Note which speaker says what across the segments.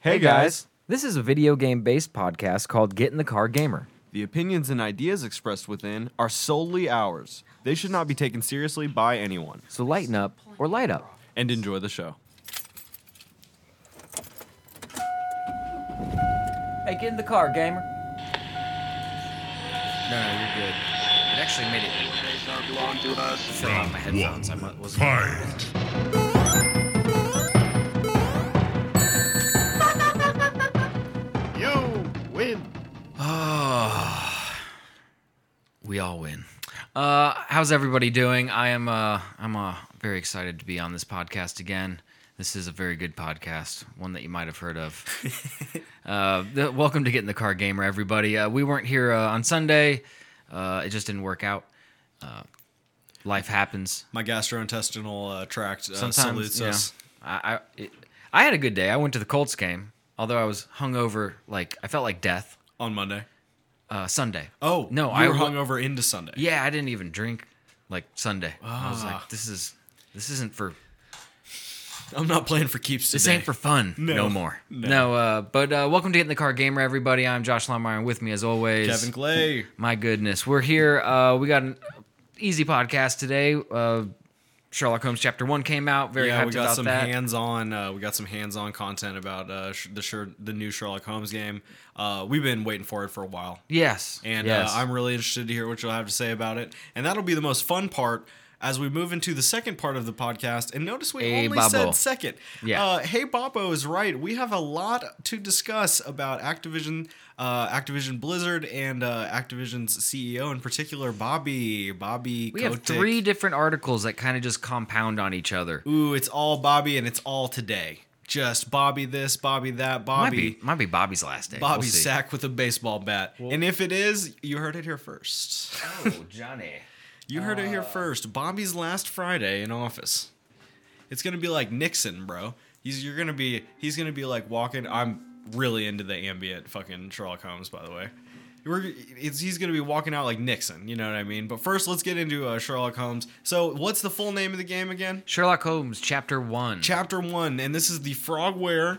Speaker 1: Hey, guys.
Speaker 2: This is a video game based podcast called Get in the Car Gamer.
Speaker 1: The opinions and ideas expressed within are solely ours. They should not be taken seriously by anyone.
Speaker 2: So lighten up or light up.
Speaker 1: And enjoy the show.
Speaker 2: Hey, get in the car, gamer.
Speaker 3: No, no, you're good. It actually made it throw out my headphones. I mu- wasn't.
Speaker 4: Fight!
Speaker 5: You win.
Speaker 3: Ah, We all win. Uh, how's everybody doing? I am. Uh, I'm uh, very excited to be on this podcast again. This is a very good podcast, one that you might have heard of. uh, the, welcome to Get in the Car Gamer, everybody. Uh, we weren't here uh, on Sunday. Uh, it just didn't work out. Uh, life happens.
Speaker 6: my gastrointestinal uh, tract uh,
Speaker 3: sometimes
Speaker 6: salutes
Speaker 3: you know,
Speaker 6: us.
Speaker 3: I I, it, I had a good day. I went to the Colts game, although I was hungover. Like I felt like death.
Speaker 6: on Monday.
Speaker 3: Uh, Sunday.
Speaker 6: Oh
Speaker 3: no,
Speaker 6: you
Speaker 3: I
Speaker 6: were
Speaker 3: wa-
Speaker 6: hungover into Sunday.
Speaker 3: Yeah, I didn't even drink like Sunday. I was
Speaker 6: Ah.
Speaker 3: like, this is this isn't for
Speaker 6: I'm not playing for keeps today.
Speaker 3: this ain't for fun no, more. No,
Speaker 6: No.
Speaker 3: uh, but uh, welcome to Get in the Car Gamer, everybody. I'm Josh Lomar, and with me as always,
Speaker 6: Kevin Clay.
Speaker 3: My goodness, we're here. Uh, we got an easy podcast today. Uh, Sherlock Holmes Chapter One came out. Very
Speaker 6: Yeah,
Speaker 3: hyped
Speaker 6: we got
Speaker 3: about
Speaker 6: some
Speaker 3: that.
Speaker 6: hands-on. Uh, we got some hands-on content about uh, sh- the Sher- the new Sherlock Holmes game. Uh, we've been waiting for it for a while,
Speaker 3: yes,
Speaker 6: and
Speaker 3: yes.
Speaker 6: uh, I'm really interested to hear what you'll have to say about it. And that'll be the most fun part as we move into the second part of the podcast. And notice we
Speaker 3: Hey,
Speaker 6: only
Speaker 3: Babbo.
Speaker 6: said second.
Speaker 3: Yeah.
Speaker 6: Uh, hey, Boppo is right. We have a lot to discuss about Activision, uh, Activision Blizzard, and uh, Activision's CEO in particular, Bobby. Bobby.
Speaker 3: We have
Speaker 6: Kotick.
Speaker 3: three different articles that kind of just compound on each other.
Speaker 6: Ooh, it's all Bobby, and it's all today. Just Bobby this, Bobby that,
Speaker 3: might
Speaker 6: Bobby.
Speaker 3: be might be Bobby's last day. We'll
Speaker 6: Bobby
Speaker 3: see.
Speaker 6: sack with a baseball bat. and if it is, you heard it here first.
Speaker 3: Oh, Johnny.
Speaker 6: You heard it
Speaker 3: Uh.
Speaker 6: here first. Bobby's last Friday in office. It's gonna be like Nixon, bro. He's you're gonna be he's gonna be like walking. I'm really into the ambient fucking Sherlock Holmes, by the way. We're, it's, he's gonna be walking out like Nixon. You know what I mean? But first, let's get into uh, Sherlock Holmes. So, what's the full name of the game again?
Speaker 3: Sherlock Holmes, Chapter One.
Speaker 6: Chapter one, and this is the Frogware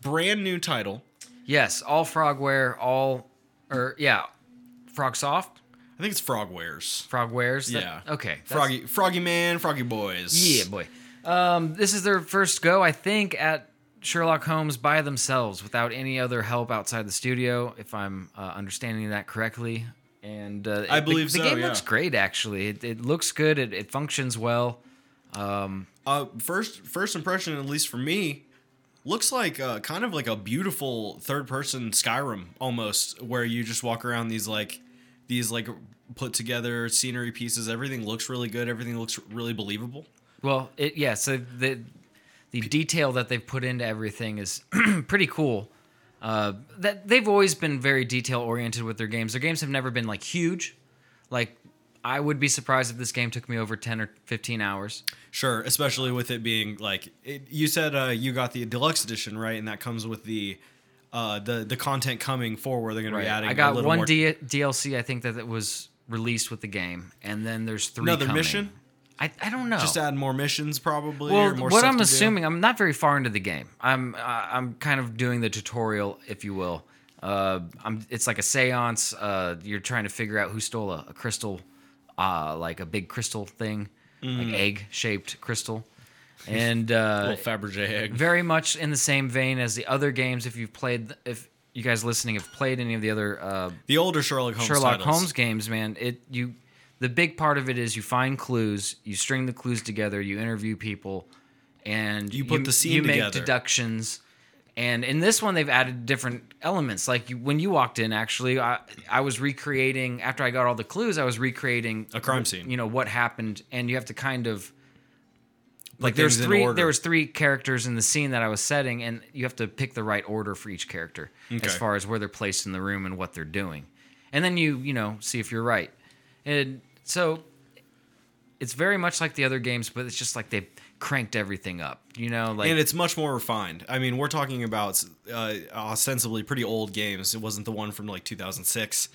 Speaker 6: brand new title.
Speaker 3: yes, all Frogware, all or yeah, Frogsoft,
Speaker 6: I think it's Frogwares.
Speaker 3: Frogwares. that-
Speaker 6: Yeah.
Speaker 3: okay. that's-
Speaker 6: Froggy, Froggy Man, Froggy Boys.
Speaker 3: Yeah, boy. Um, this is their first go, I think, at Sherlock Holmes by themselves without any other help outside the studio, if I'm uh, understanding that correctly. And uh,
Speaker 6: I
Speaker 3: it- the-
Speaker 6: believe
Speaker 3: the,
Speaker 6: so,
Speaker 3: game
Speaker 6: yeah.
Speaker 3: looks great. Actually, it, it looks good. It, it functions well.
Speaker 6: Uh, first first impression, at least for me, looks like uh, kind of like a beautiful third person Skyrim almost, where you just walk around these like these like put together scenery pieces. Everything looks really good. Everything looks really believable.
Speaker 3: Well, it yeah. So the the detail that they've put into everything is pretty cool. Uh, that they've always been very detail oriented with their games. Their games have never been like huge. Like I would be surprised if this game took me over ten or fifteen hours.
Speaker 6: Sure, especially with it being like it, you said, uh, you got the deluxe edition, right? And that comes with the uh, the the content coming forward. They're gonna be adding.
Speaker 3: I
Speaker 6: a
Speaker 3: got
Speaker 6: little
Speaker 3: one
Speaker 6: more
Speaker 3: D- DLC. I think that it was released with the game, and then there's three.
Speaker 6: Another
Speaker 3: coming.
Speaker 6: mission?
Speaker 3: I, I don't know.
Speaker 6: Just add more missions, probably.
Speaker 3: well,
Speaker 6: or more
Speaker 3: what
Speaker 6: stuff
Speaker 3: I'm
Speaker 6: to do.
Speaker 3: assuming, I'm not very far into the game. I'm uh, I'm kind of doing the tutorial, if you will. Uh, I'm, it's like a seance. Uh, you're trying to figure out who stole a, a crystal, uh, like a big crystal thing, like egg shaped crystal, and uh,
Speaker 6: Mm. little Fabergé egg.
Speaker 3: very much in the same vein as the other games. If you've played, if you guys listening have played any of the other uh,
Speaker 6: The older Sherlock Holmes.
Speaker 3: Sherlock
Speaker 6: titles.
Speaker 3: Holmes games, man, it you the big part of it is you find clues, you string the clues together, you interview people, and
Speaker 6: You put the scene
Speaker 3: you make
Speaker 6: together.
Speaker 3: deductions. And in this one, they've added different elements. Like you, when you walked in, actually, I I was recreating after I got all the clues, I was recreating
Speaker 6: A crime scene.
Speaker 3: You know what happened, and you have to kind of like
Speaker 6: things
Speaker 3: there's
Speaker 6: in
Speaker 3: three
Speaker 6: order.
Speaker 3: there was three characters in the scene that I was setting, and you have to pick the right order for each character
Speaker 6: Okay.
Speaker 3: as far as where they're placed in the room and what they're doing, and then you you know see if you're right, and so it's very much like the other games, but it's just like they cranked everything up, you know, like
Speaker 6: and it's much more refined. I mean, we're talking about uh, ostensibly pretty old games. It wasn't the one from like 2006,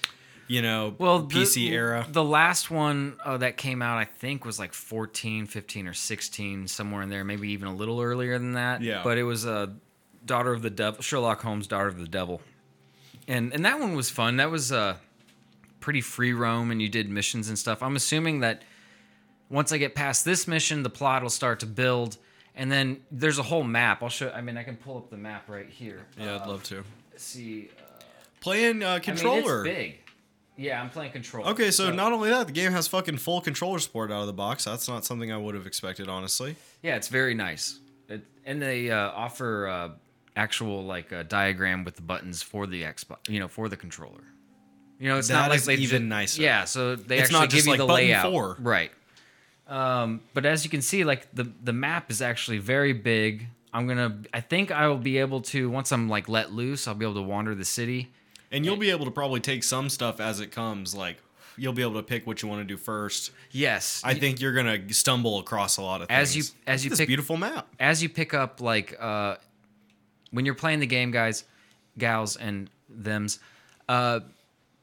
Speaker 6: you know,
Speaker 3: well the-
Speaker 6: PC era.
Speaker 3: The last one uh, that came out I think was like 14, 15 or 16 somewhere in there, maybe even a little earlier than that.
Speaker 6: Yeah.
Speaker 3: but it was uh, Daughter of the Devil, Sherlock Holmes, Daughter of the Devil, and and that one was fun. That was uh, pretty free roam, and you did missions and stuff. I'm assuming that once I get past this mission, the plot will start to build, and then there's a whole map. I'll show. I mean, I can pull up the map right here.
Speaker 6: Yeah, I'd love to.
Speaker 3: See, uh,
Speaker 6: Playing uh,
Speaker 3: I mean, it's
Speaker 6: controller.
Speaker 3: big. Yeah, I'm playing controller.
Speaker 6: Okay, so not only that, the game has fucking full controller support out of the box. That's not something I would have expected, honestly.
Speaker 3: Yeah, it's very nice. It, and they uh, offer uh, actual like a diagram with the buttons for the Xbox, you know, for the controller. You know, it's
Speaker 6: That
Speaker 3: not like
Speaker 6: is
Speaker 3: they
Speaker 6: even
Speaker 3: ju-
Speaker 6: nicer.
Speaker 3: Yeah, so they
Speaker 6: It's
Speaker 3: actually
Speaker 6: not
Speaker 3: give
Speaker 6: just
Speaker 3: you
Speaker 6: like
Speaker 3: the
Speaker 6: button
Speaker 3: layout,
Speaker 6: four.
Speaker 3: right? Um, but as you can see, like the the map is actually very big. I'm gonna, I think I will be able to once I'm like let loose, I'll be able to wander the city.
Speaker 6: And you'll be able to probably take some stuff as it comes. Like, you'll be able to pick what you want to do first.
Speaker 3: Yes,
Speaker 6: I think you're gonna stumble across a lot of things.
Speaker 3: As you- as
Speaker 6: Look at
Speaker 3: you
Speaker 6: this
Speaker 3: pick-
Speaker 6: beautiful map.
Speaker 3: as you pick up like uh when you're playing the game guys gals and thems uh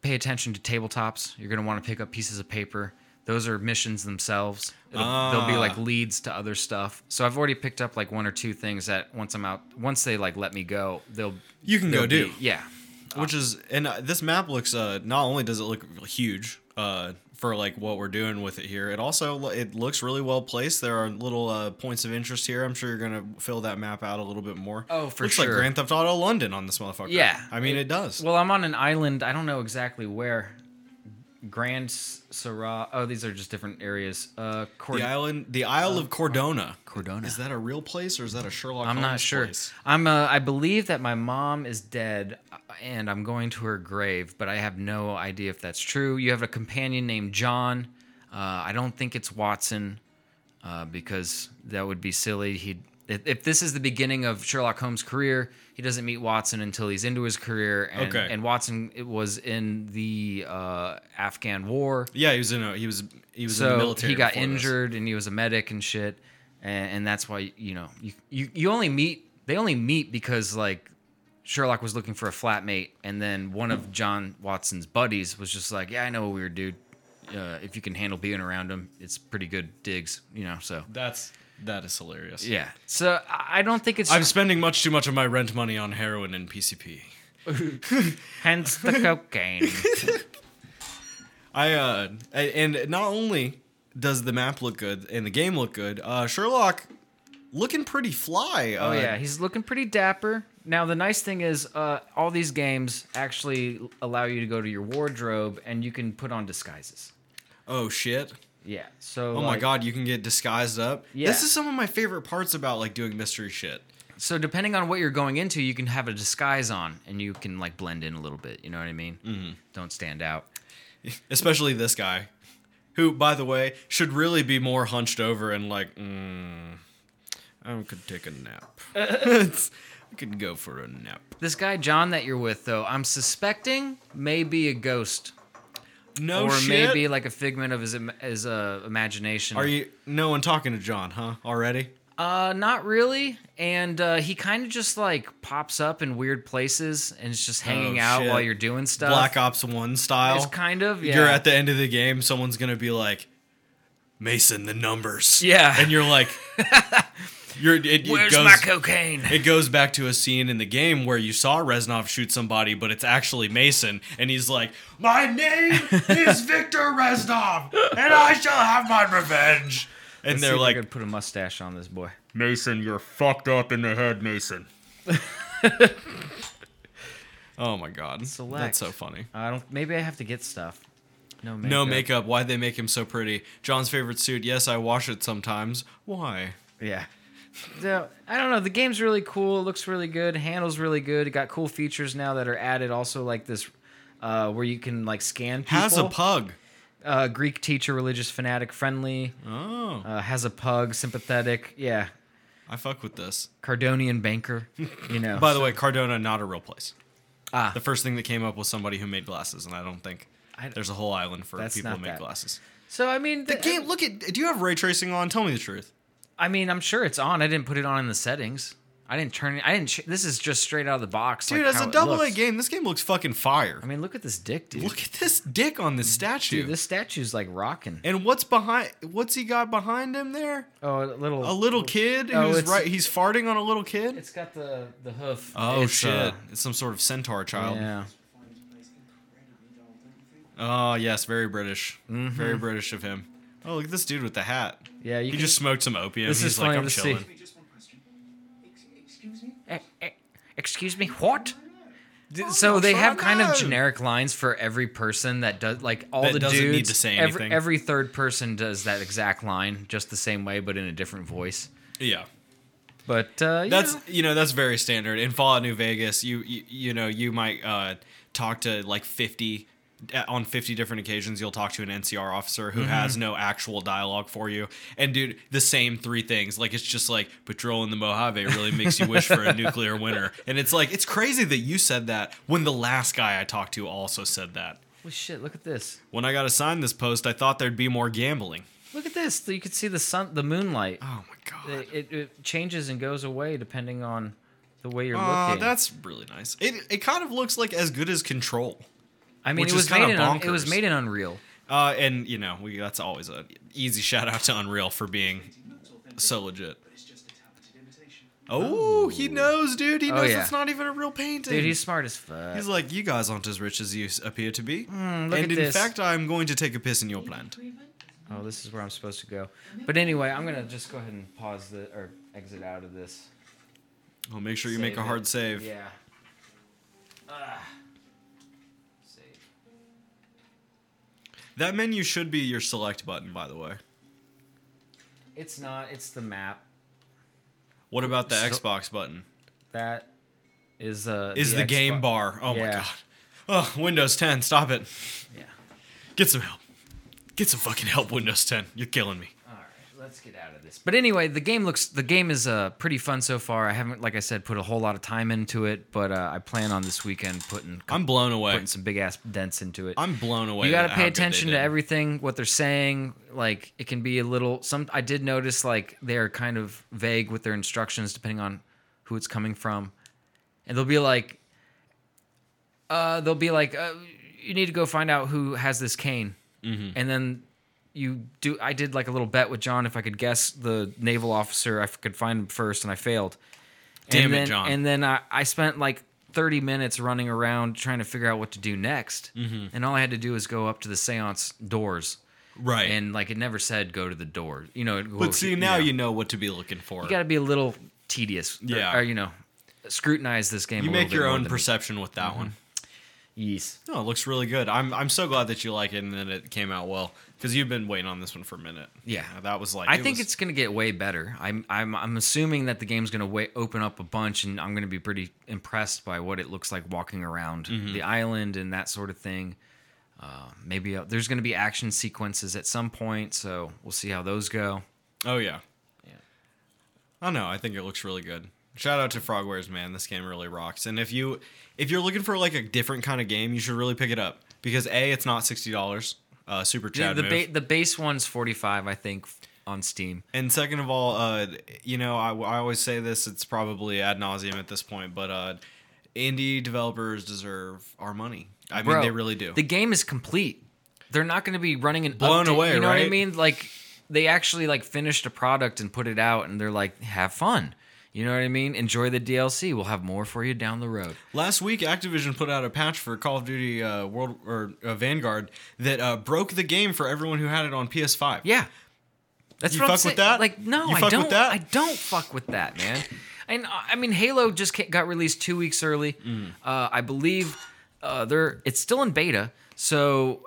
Speaker 3: pay attention to tabletops you're going to want to pick up pieces of paper those are missions themselves It'll, they'll be like
Speaker 6: Ah.
Speaker 3: leads to other stuff so i've already picked up like one or two things that once i'm out once they like let me go they'll
Speaker 6: You can go
Speaker 3: they'll be-
Speaker 6: do.
Speaker 3: yeah
Speaker 6: which is and uh, this map looks uh not only does it look huge uh for like what we're doing with it here it also lo- it looks really well placed there are little uh points of interest here i'm sure you're gonna fill that map out a little bit more
Speaker 3: Oh, for
Speaker 6: looks like
Speaker 3: sure.
Speaker 6: grand theft auto london on this motherfucker
Speaker 3: Yeah.
Speaker 6: i mean it, does
Speaker 3: well i'm on an island i don't know exactly where grand Syrah. oh these are just different areas uh Cord-
Speaker 6: the island the isle of cordona
Speaker 3: Cordona.
Speaker 6: is that a real place or is that a sherlock
Speaker 3: I'm not
Speaker 6: Holmes
Speaker 3: sure.
Speaker 6: place?
Speaker 3: I'm. Uh, I believe that my mom is dead, uh, and I'm going to her grave, but I have no idea if that's true. You have a companion named John. Uh, I don't think it's Watson, uh, because that would be silly. He. If if this is the beginning of Sherlock Holmes' career, he doesn't meet Watson until he's into his career, and,
Speaker 6: Okay.
Speaker 3: and Watson it was in the uh, Afghan War
Speaker 6: yeah he was in a he was he was in the
Speaker 3: so
Speaker 6: military
Speaker 3: he got
Speaker 6: before this.
Speaker 3: injured and he was a medic and shit and, and that's why you know you, you you only meet they only meet because like sherlock was looking for a flatmate and then one of john watson's buddies was just like yeah i know a weird dude uh, if you can handle being around him it's pretty good digs you know so
Speaker 6: that's that is hilarious
Speaker 3: yeah so i I don't think it's
Speaker 6: i'm spending much too much of my rent money on heroin and pcp
Speaker 3: hence the cocaine
Speaker 6: I uh a- and not only does the map look good and the game look good, uh Sherlock looking pretty fly.
Speaker 3: Oh
Speaker 6: uh,
Speaker 3: yeah, he's looking pretty dapper. Now the nice thing is, uh, all these games actually allow you to go to your wardrobe and you can put on disguises.
Speaker 6: Oh shit.
Speaker 3: Yeah. So.
Speaker 6: Oh my
Speaker 3: like-
Speaker 6: god, you can get disguised up.
Speaker 3: Yeah.
Speaker 6: This is some of my favorite parts about like doing mystery shit.
Speaker 3: So depending on what you're going into, you can have a disguise on and you can like blend in a little bit. You know what I mean? Mm-hmm. Don't stand out.
Speaker 6: Especially this guy. Who, by the way, should really be more hunched over and like, mm, I could take a nap. It's- I could go for a nap.
Speaker 3: This guy John that you're with, though, I'm suspecting may be a ghost
Speaker 6: No
Speaker 3: or
Speaker 6: Oh, shit.
Speaker 3: maybe like a figment of his im- his uh, imagination.
Speaker 6: Are you no one talking to John, huh? Already?
Speaker 3: Uh, not really. And uh, he kind of just like pops up in weird places and is just hanging
Speaker 6: Oh,
Speaker 3: out
Speaker 6: shit.
Speaker 3: while you're doing stuff.
Speaker 6: Black Ops 1 style.
Speaker 3: It's kind of yeah.
Speaker 6: You're at the end of the game, someone's going to be like, Mason, the numbers.
Speaker 3: Yeah.
Speaker 6: And you're like, you're, it, it
Speaker 3: Where's
Speaker 6: goes,
Speaker 3: my cocaine?
Speaker 6: It goes back to a scene in the game where you saw Reznov shoot somebody, but it's actually Mason. And he's like, My name is Victor Reznov, and I shall have my revenge. And
Speaker 3: Let's see
Speaker 6: they're
Speaker 3: if I
Speaker 6: like,
Speaker 3: could put a mustache on this boy.
Speaker 6: Mason, you're fucked up in the head, Mason. oh my god.
Speaker 3: Select.
Speaker 6: That's so funny.
Speaker 3: I don't. Maybe I have to get stuff. No makeup.
Speaker 6: No makeup. Why'd they make him so pretty? John's favorite suit. Yes, I wash it sometimes. Why?
Speaker 3: Yeah. So, I don't know. The game's really cool. It looks really good. Handles really good. It got cool features now that are added. Also, like this, uh, where you can like scan people.
Speaker 6: Has a pug.
Speaker 3: uh, Greek teacher, religious fanatic, friendly.
Speaker 6: Oh,
Speaker 3: Uh, has a pug, sympathetic. Yeah.
Speaker 6: I fuck with this.
Speaker 3: Cardonian banker, you know.
Speaker 6: By the way, Cardona not a real place.
Speaker 3: Ah.
Speaker 6: The first thing that came up was somebody who made glasses, and I don't think
Speaker 3: I-
Speaker 6: there's a whole island for
Speaker 3: That's
Speaker 6: people who
Speaker 3: not
Speaker 6: make
Speaker 3: that.
Speaker 6: glasses.
Speaker 3: so I mean,
Speaker 6: The game. Look at. Do you have ray tracing on? Tell me the truth.
Speaker 3: I mean, I'm sure it's on. I didn't put it on in the settings. I didn't turn it. I didn't. Ch- this is just straight out of the box,
Speaker 6: Dude,
Speaker 3: like
Speaker 6: as
Speaker 3: how
Speaker 6: a
Speaker 3: it
Speaker 6: double A
Speaker 3: looks.
Speaker 6: game, this game looks fucking fire.
Speaker 3: I mean, look at this dick, dude.
Speaker 6: Look at this dick on this statue.
Speaker 3: dude, this statue's like rocking.
Speaker 6: and what's behind? What's he got behind him there?
Speaker 2: Oh, a little.
Speaker 6: A little kid
Speaker 2: Oh,
Speaker 6: who's
Speaker 2: it's-
Speaker 6: right. He's farting on a little kid.
Speaker 3: It's got the the hoof.
Speaker 6: Oh
Speaker 3: It's,
Speaker 6: shit!
Speaker 3: uh,
Speaker 6: it's some sort of centaur child.
Speaker 3: yeah.
Speaker 6: Oh yes, very British. Very British of him. Oh look at this dude with the hat.
Speaker 3: Yeah, Mm-hmm. you
Speaker 6: he
Speaker 3: can-
Speaker 6: just smoked some opium.
Speaker 3: This
Speaker 6: He's
Speaker 3: is
Speaker 6: like,
Speaker 3: funny
Speaker 6: I'm
Speaker 3: to see.
Speaker 6: chilling.
Speaker 4: Just one question. Ex- excuse me? Oh,
Speaker 3: Eh, eh, Excuse me, what? D- So they have kind of generic lines for every person that does like all
Speaker 6: That
Speaker 3: the
Speaker 6: doesn't need
Speaker 3: dudes.
Speaker 6: to say
Speaker 3: every-
Speaker 6: anything.
Speaker 3: Every, third person does that exact line, just the same way, but in a different voice.
Speaker 6: Yeah.
Speaker 3: But uh, yeah.
Speaker 6: That's you know that's very standard in Fallout New Vegas. You you, you know you might uh, talk to like fifty uh, on fifty different occasions. You'll talk to an NCR officer
Speaker 3: Mm-hmm.
Speaker 6: who has no actual dialogue for you. And dude, the same three things. Like it's just like patrolling the Mojave really makes you wish for a nuclear winter. And it's like it's crazy that you said that when the last guy I talked to also said that.
Speaker 3: Holy shit! Look at this.
Speaker 6: When I got assigned this post, I thought there'd be more gambling.
Speaker 3: Look at this. You can see the sun, the moonlight.
Speaker 6: Oh my god.
Speaker 3: It, it, it changes and goes away depending on the way you're
Speaker 6: Oh,
Speaker 3: looking.
Speaker 6: that's really nice. It it kind of looks like as good as control.
Speaker 3: I mean,
Speaker 6: which
Speaker 3: it
Speaker 6: is
Speaker 3: was
Speaker 6: kinda
Speaker 3: made in Un- it
Speaker 6: bonkers.
Speaker 3: was made in Unreal.
Speaker 6: Uh, and you know, we that's always a easy shout out to Unreal for being
Speaker 4: Not authentic,
Speaker 6: so legit.
Speaker 4: but it's just a talented imitation.
Speaker 6: Oh, he knows, dude. He
Speaker 3: Oh,
Speaker 6: knows
Speaker 3: yeah.
Speaker 6: it's not even a real painting.
Speaker 3: Dude, he's smart as fuck.
Speaker 6: He's like, you guys aren't as rich as you s- appear to be.
Speaker 3: Hmm, look
Speaker 6: and
Speaker 3: at
Speaker 6: in
Speaker 3: this.
Speaker 6: fact, I'm going to take a piss in your plant.
Speaker 3: Oh, this is where I'm supposed to go. But anyway, I'm gonna just go ahead and pause the or exit out of this.
Speaker 6: Oh, make sure you make
Speaker 3: Save
Speaker 6: a
Speaker 3: it.
Speaker 6: hard save.
Speaker 3: Yeah. Ah. Save.
Speaker 6: That menu should be your select button, by the way.
Speaker 3: It's not. It's the map.
Speaker 6: What about the
Speaker 3: So-
Speaker 6: Xbox button?
Speaker 3: That is uh.
Speaker 6: Is the, game
Speaker 3: Xbox-
Speaker 6: bar? Oh my
Speaker 3: Yeah.
Speaker 6: god. Oh, Windows 10, stop it.
Speaker 3: Yeah.
Speaker 6: Get some help. Get some fucking help, Windows 10. You're killing me.
Speaker 3: All right, let's get out of this. But anyway, the game looks the game is uh, pretty fun so far. I haven't, like I said, put a whole lot of time into it, but uh, I plan on this weekend putting
Speaker 6: I'm blown away.
Speaker 3: putting some big ass dents into it.
Speaker 6: I'm blown away.
Speaker 3: you got to
Speaker 6: at how
Speaker 3: pay
Speaker 6: good they
Speaker 3: attention
Speaker 6: did.
Speaker 3: to everything what they're saying like it can be a little some i did notice like they're kind of vague with their instructions depending on who it's coming from and they'll be like uh they'll be like uh, you need to go find out who has this cane
Speaker 6: Mm-hmm.
Speaker 3: and then you do i did like a little bet with john if i could guess the naval officer i f- could find him first and i failed
Speaker 6: Damn
Speaker 3: and
Speaker 6: it,
Speaker 3: then,
Speaker 6: John.
Speaker 3: And then I, I spent like 30 minutes running around trying to figure out what to do next.
Speaker 6: Mm-hmm.
Speaker 3: And all I had to do was go up to the seance doors.
Speaker 6: Right.
Speaker 3: And like it never said go to the door. You know, it- well,
Speaker 6: but see, now
Speaker 3: know,
Speaker 6: you know what to be looking for.
Speaker 3: you got to be a little tedious. or-
Speaker 6: Yeah.
Speaker 3: Or, you know, scrutinize this game
Speaker 6: You
Speaker 3: a little
Speaker 6: make
Speaker 3: bit
Speaker 6: your
Speaker 3: more
Speaker 6: own
Speaker 3: than- Mm-hmm.
Speaker 6: perception with that one.
Speaker 3: Yes.
Speaker 6: No, it looks really good. I'm I'm so glad that you like it and that it came out well because you've been waiting on this one for a minute.
Speaker 3: Yeah.
Speaker 6: Uh, that was like
Speaker 3: I
Speaker 6: it
Speaker 3: think
Speaker 6: was-
Speaker 3: it's going to get way better. I'm I'm I'm assuming that the game's going to wa- open up a bunch, and I'm going to be pretty impressed by what it looks like walking around
Speaker 6: Mm-hmm.
Speaker 3: the island and that sort of thing. Uh, maybe uh, there's going to be action sequences at some point, so we'll see how those go.
Speaker 6: oh yeah.
Speaker 3: Yeah.
Speaker 6: I don't know. I think it looks really good. Shout out to Frogwares, man. This game really rocks. And if you if you're looking for like a different kind of game, you should really pick it up because a it's not sixty dollars. Uh, super
Speaker 3: The,
Speaker 6: Chad
Speaker 3: the,
Speaker 6: move.
Speaker 3: ba- the base one's 45, I think, f- on Steam.
Speaker 6: And second of all, uh, you know, I, I always say this, it's probably ad nauseum at this point, but uh, indie developers deserve our money. I mean,
Speaker 3: Bro,
Speaker 6: they really do.
Speaker 3: The game is complete. They're not going to be running an
Speaker 6: Blown
Speaker 3: update,
Speaker 6: away,
Speaker 3: You know what I
Speaker 6: right?
Speaker 3: mean? Like they actually like finished a product and put it out, and they're like, "Have fun." You know what I mean? Enjoy the DLC. We'll have more for you down the road.
Speaker 6: Last week, Activision put out a patch for Call of Duty uh, World or uh, Vanguard that uh, broke the game for everyone who had it on PS5.
Speaker 3: Yeah, that's
Speaker 6: You
Speaker 3: what I'm
Speaker 6: fuck with
Speaker 3: saying.
Speaker 6: that?
Speaker 3: Like no,
Speaker 6: You
Speaker 3: I
Speaker 6: fuck with
Speaker 3: don't.
Speaker 6: that?
Speaker 3: I don't fuck with that, man. And uh, I mean, Halo just ca- got released two weeks early.
Speaker 6: Mm.
Speaker 3: Uh, I believe uh, they're it's still in beta, so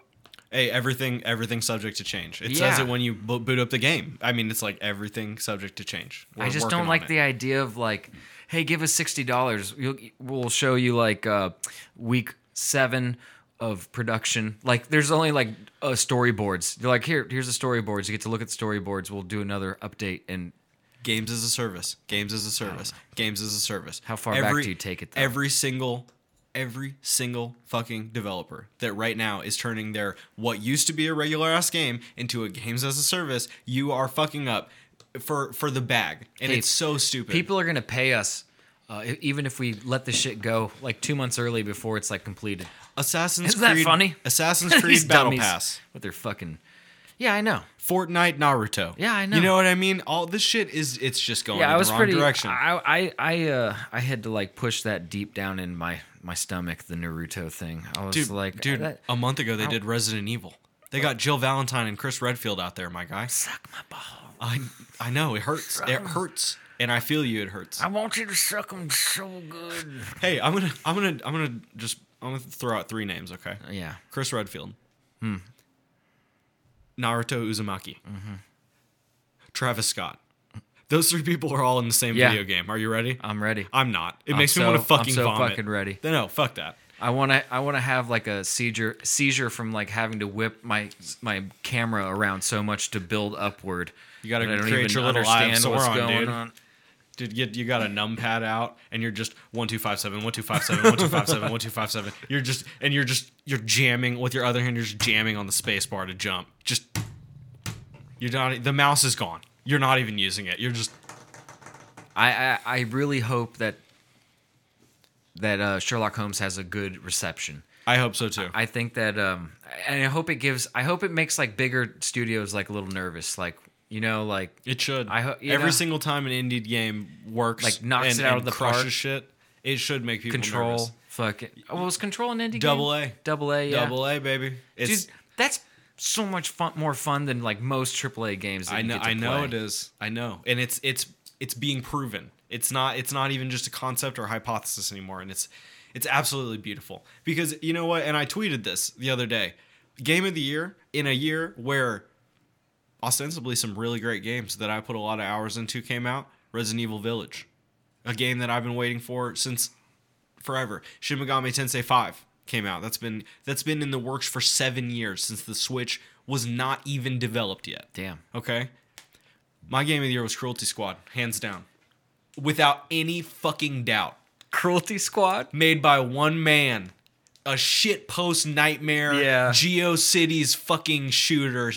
Speaker 6: Hey, everything, everything subject to change. It says
Speaker 3: Yeah.
Speaker 6: it when you bo- boot up the game. I mean, it's like everything subject to change. We're
Speaker 3: I just
Speaker 6: working
Speaker 3: don't
Speaker 6: on
Speaker 3: like
Speaker 6: it.
Speaker 3: the idea of like, hey, give us sixty dollars. We'll show you like uh, week seven of production. Like, there's only like uh, storyboards. You're like, here, here's the storyboards. You get to look at the storyboards. We'll do another update. And
Speaker 6: Games as a service. Games as a service. Games as a service.
Speaker 3: How far back do you take it, though?
Speaker 6: Every single, every single fucking developer that right now is turning their what used to be a regular ass game into a games as a service. You are fucking up for for the bag, and
Speaker 3: Hey,
Speaker 6: it's so stupid.
Speaker 3: people are gonna pay us Uh, e- even if we let this shit go like two months early before it's like completed.
Speaker 6: Assassin's
Speaker 3: Isn't that
Speaker 6: Creed,
Speaker 3: funny?
Speaker 6: Assassin's
Speaker 3: These
Speaker 6: Creed Battle
Speaker 3: dummies
Speaker 6: Pass.
Speaker 3: With their fucking. Yeah, I know.
Speaker 6: Fortnite Naruto.
Speaker 3: Yeah, I know.
Speaker 6: You know what I mean? All this shit is it's just going
Speaker 3: yeah,
Speaker 6: in
Speaker 3: I was
Speaker 6: the wrong
Speaker 3: pretty.
Speaker 6: direction.
Speaker 3: I I I uh I had to like push that deep down in my my stomach the Naruto thing. I was
Speaker 6: dude,
Speaker 3: like,
Speaker 6: dude,
Speaker 3: that,
Speaker 6: a month ago they did Resident Evil. They got Jill Valentine and Chris Redfield out there, my guy. Suck my ball. I I know it hurts. It hurts, and I feel you. It hurts.
Speaker 3: I want you to suck them so good.
Speaker 6: hey, I'm gonna I'm gonna I'm gonna just I'm gonna throw out three names, okay?
Speaker 3: Uh, Yeah, Hmm.
Speaker 6: Chris Redfield, Naruto Uzumaki,
Speaker 3: Mm-hmm.
Speaker 6: Travis Scott. Those three people are all in the same
Speaker 3: Yeah.
Speaker 6: video game. Are you ready?
Speaker 3: I'm ready.
Speaker 6: I'm not. It
Speaker 3: I'm
Speaker 6: makes me want to
Speaker 3: so- I'm
Speaker 6: fucking
Speaker 3: so
Speaker 6: vomit.
Speaker 3: fucking ready.
Speaker 6: No, fuck that.
Speaker 3: I want to I want to have like a seizure seizure from like having to whip my my camera around so much to build upward.
Speaker 6: You gotta
Speaker 3: that I don't even
Speaker 6: create your little eye of
Speaker 3: understand what's
Speaker 6: Sauron,
Speaker 3: going
Speaker 6: dude.
Speaker 3: on.
Speaker 6: Dude, you, you got a numpad out and you're just one two five seven one two five seven one two five seven one two five seven. You're just and you're just you're jamming with your other hand. You're just jamming on the space bar to jump. Just you're not. The mouse is gone. You're not even using it. You're just
Speaker 3: I, I I really hope that that uh, Sherlock Holmes has a good reception.
Speaker 6: I hope so too.
Speaker 3: I think that um and I hope it gives I hope it makes like bigger studios like a little nervous like you know like
Speaker 6: it should.
Speaker 3: I ho- you
Speaker 6: every
Speaker 3: know.
Speaker 6: single time an indie game works,
Speaker 3: Like, knocks
Speaker 6: and-
Speaker 3: it out of
Speaker 6: and
Speaker 3: the
Speaker 6: crushes
Speaker 3: park.
Speaker 6: shit. It should make people
Speaker 3: control
Speaker 6: nervous.
Speaker 3: fucking well was control an indie game?
Speaker 6: Double A.
Speaker 3: double A yeah
Speaker 6: Double A, baby. It's
Speaker 3: dude that's so much fun more fun than like most AAA games that
Speaker 6: I
Speaker 3: you
Speaker 6: know
Speaker 3: get to
Speaker 6: I know
Speaker 3: play.
Speaker 6: it is. I know. And it's it's it's being proven. It's not it's not even just a concept or hypothesis anymore and it's it's absolutely beautiful. Because you know what? And I tweeted this the other day. Game of the year in a year where ostensibly some really great games that I put a lot of hours into came out, Resident Evil Village. A game that I've been waiting for since forever. Shin Megami Tensei 5 came out. That's been that's been in the works for 7 years since the Switch was not even developed yet.
Speaker 3: damn
Speaker 6: Okay. My game of the year was Cruelty Squad, hands down. Without any fucking doubt.
Speaker 3: Cruelty Squad
Speaker 6: Made by one man. A shit post nightmare
Speaker 3: Yeah.
Speaker 6: GeoCities fucking shooter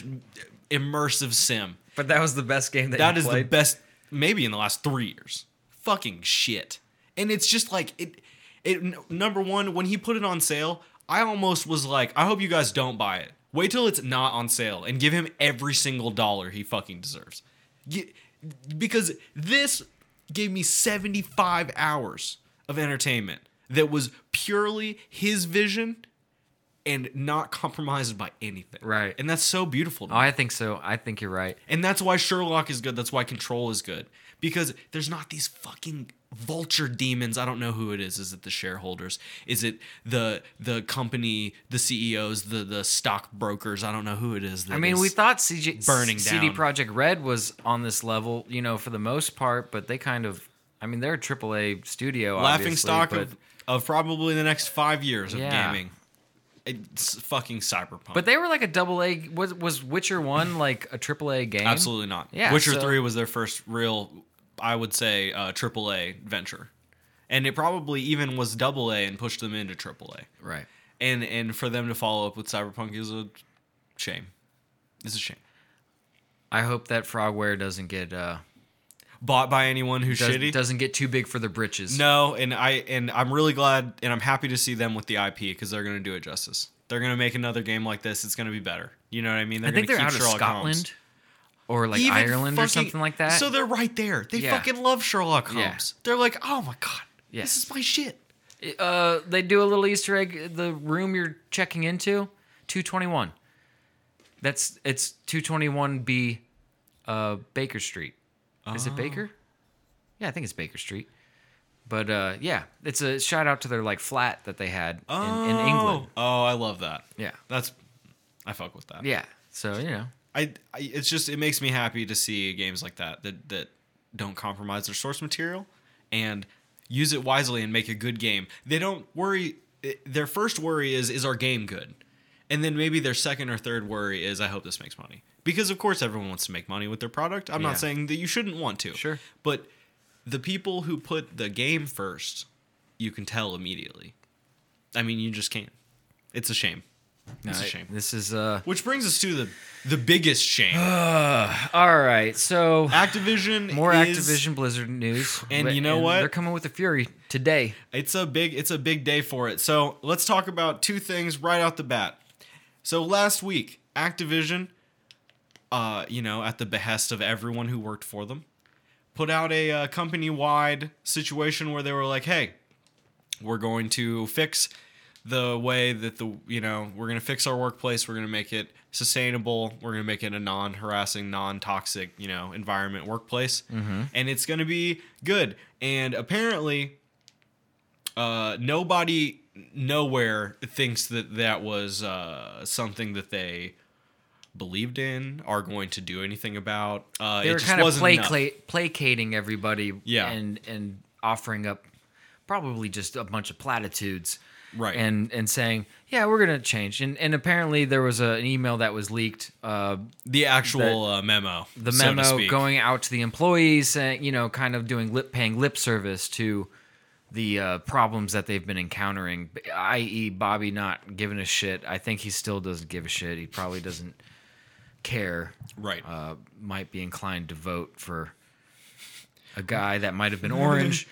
Speaker 6: immersive sim.
Speaker 3: but that was the best game that
Speaker 6: That
Speaker 3: you
Speaker 6: is the
Speaker 3: played.
Speaker 6: best maybe in the last 3 years. Fucking shit. And it's just like it it n- number 1 when he put it on sale, I almost was like, I hope you guys don't buy it. Wait till it's not on sale and give him every single dollar he fucking deserves. Ye- because this gave me 75 hours of entertainment that was purely his vision and not compromised by anything.
Speaker 3: Right.
Speaker 6: And that's so beautiful. to
Speaker 3: oh
Speaker 6: me.
Speaker 3: I think so I think you're right
Speaker 6: And that's why Sherlock is good. That's why Control is good. Because there's not these fucking vulture demons. I don't know who it is. Is it the shareholders? Is it the the company, the CEOs, the the stockbrokers? I don't know who it is. that
Speaker 3: I mean
Speaker 6: is-
Speaker 3: we thought CG
Speaker 6: burning
Speaker 3: CD
Speaker 6: down.
Speaker 3: Project Red was on this level you know for the most part but they kind of I mean they're a AAA studio
Speaker 6: laughing
Speaker 3: obviously,
Speaker 6: stock
Speaker 3: but,
Speaker 6: of, of probably the next five years of
Speaker 3: Yeah.
Speaker 6: gaming. It's fucking cyberpunk.
Speaker 3: But they were like a double A. Was was Witcher one like a triple A game?
Speaker 6: absolutely not.
Speaker 3: Yeah,
Speaker 6: Witcher
Speaker 3: so-
Speaker 6: Three was their first real, I would say, uh, AAA venture, and it probably even was double A and pushed them into AAA.
Speaker 3: Right.
Speaker 6: and and for them to follow up with cyberpunk is a shame it's a shame
Speaker 3: I hope that Frogware doesn't get uh
Speaker 6: bought by anyone who's
Speaker 3: does,
Speaker 6: shitty
Speaker 3: doesn't get too big for their britches.
Speaker 6: no and i and i'm really glad and i'm happy to see them with the ip because they're going to do it justice they're going to make another game like this it's going to be better you know what i mean
Speaker 3: I think
Speaker 6: gonna
Speaker 3: they're out
Speaker 6: keep
Speaker 3: of
Speaker 6: Sherlock
Speaker 3: Scotland
Speaker 6: Holmes.
Speaker 3: or like
Speaker 6: Even
Speaker 3: Ireland or
Speaker 6: fucking-
Speaker 3: something like that.
Speaker 6: so they're right there they
Speaker 3: Yeah.
Speaker 6: fucking love sherlock holmes
Speaker 3: Yeah.
Speaker 6: they're like oh my god
Speaker 3: Yeah.
Speaker 6: this is my shit
Speaker 3: uh, they do a little Easter egg. The room you're checking into, two twenty one. That's it's two twenty one B, uh, Baker Street. Is it Baker?
Speaker 6: Oh.
Speaker 3: Yeah, I think it's Baker Street. But uh, yeah, it's a shout out to their like flat that they had in, in England.
Speaker 6: oh oh, i love that
Speaker 3: Yeah.
Speaker 6: that's i fuck with that
Speaker 3: Yeah. So you know,
Speaker 6: I, I it's just it makes me happy to see games like that that that don't compromise their source material and use it wisely and make a good game. They don't worry i- their first worry is is our game good? And then maybe their second or third worry is I hope this makes money. Because of course everyone wants to make money with their product. I'm
Speaker 3: Yeah.
Speaker 6: not saying that you shouldn't want to.
Speaker 3: Sure.
Speaker 6: But the people who put the game first, you can tell immediately. I mean, you just can't. It's a shame. It's a
Speaker 3: I-
Speaker 6: shame.
Speaker 3: This is uh
Speaker 6: Which brings us to the the biggest shame.
Speaker 3: all right. So
Speaker 6: Activision
Speaker 3: more
Speaker 6: is-
Speaker 3: Activision Blizzard news,
Speaker 6: And you know what?
Speaker 3: They're coming with a fury today.
Speaker 6: It's a big it's a big day for it. So let's talk about two things right out the bat. So last week, Activision, uh, you know, at the behest of everyone who worked for them, put out a uh, company wide situation where they were like, "Hey, we're going to fix the way that the you know we're going to fix our workplace. We're going to make it sustainable. We're going to make it a non-harassing, non-toxic, you know, environment workplace,
Speaker 3: Mm-hmm.
Speaker 6: and it's going to be good." And apparently, uh, nobody nowhere thinks that that was uh, something that they believed in are going to do anything about uh
Speaker 3: They
Speaker 6: it
Speaker 3: were
Speaker 6: just
Speaker 3: kind of
Speaker 6: wasn't enough.
Speaker 3: placate, placating everybody,
Speaker 6: Yeah.
Speaker 3: and and offering up probably just a bunch of platitudes,
Speaker 6: Right.
Speaker 3: And and saying, yeah, we're gonna change. And and apparently there was a, an email that was leaked. Uh,
Speaker 6: the actual uh, memo
Speaker 3: the
Speaker 6: so to
Speaker 3: memo
Speaker 6: speak.
Speaker 3: going out to the employees, saying, you know, kind of doing lip paying lip service to the uh, problems that they've been encountering, i.e., Bobby not giving a shit. I think he still doesn't give a shit. He probably doesn't care.
Speaker 6: right
Speaker 3: Uh, might be inclined to vote for a guy that might have been orange,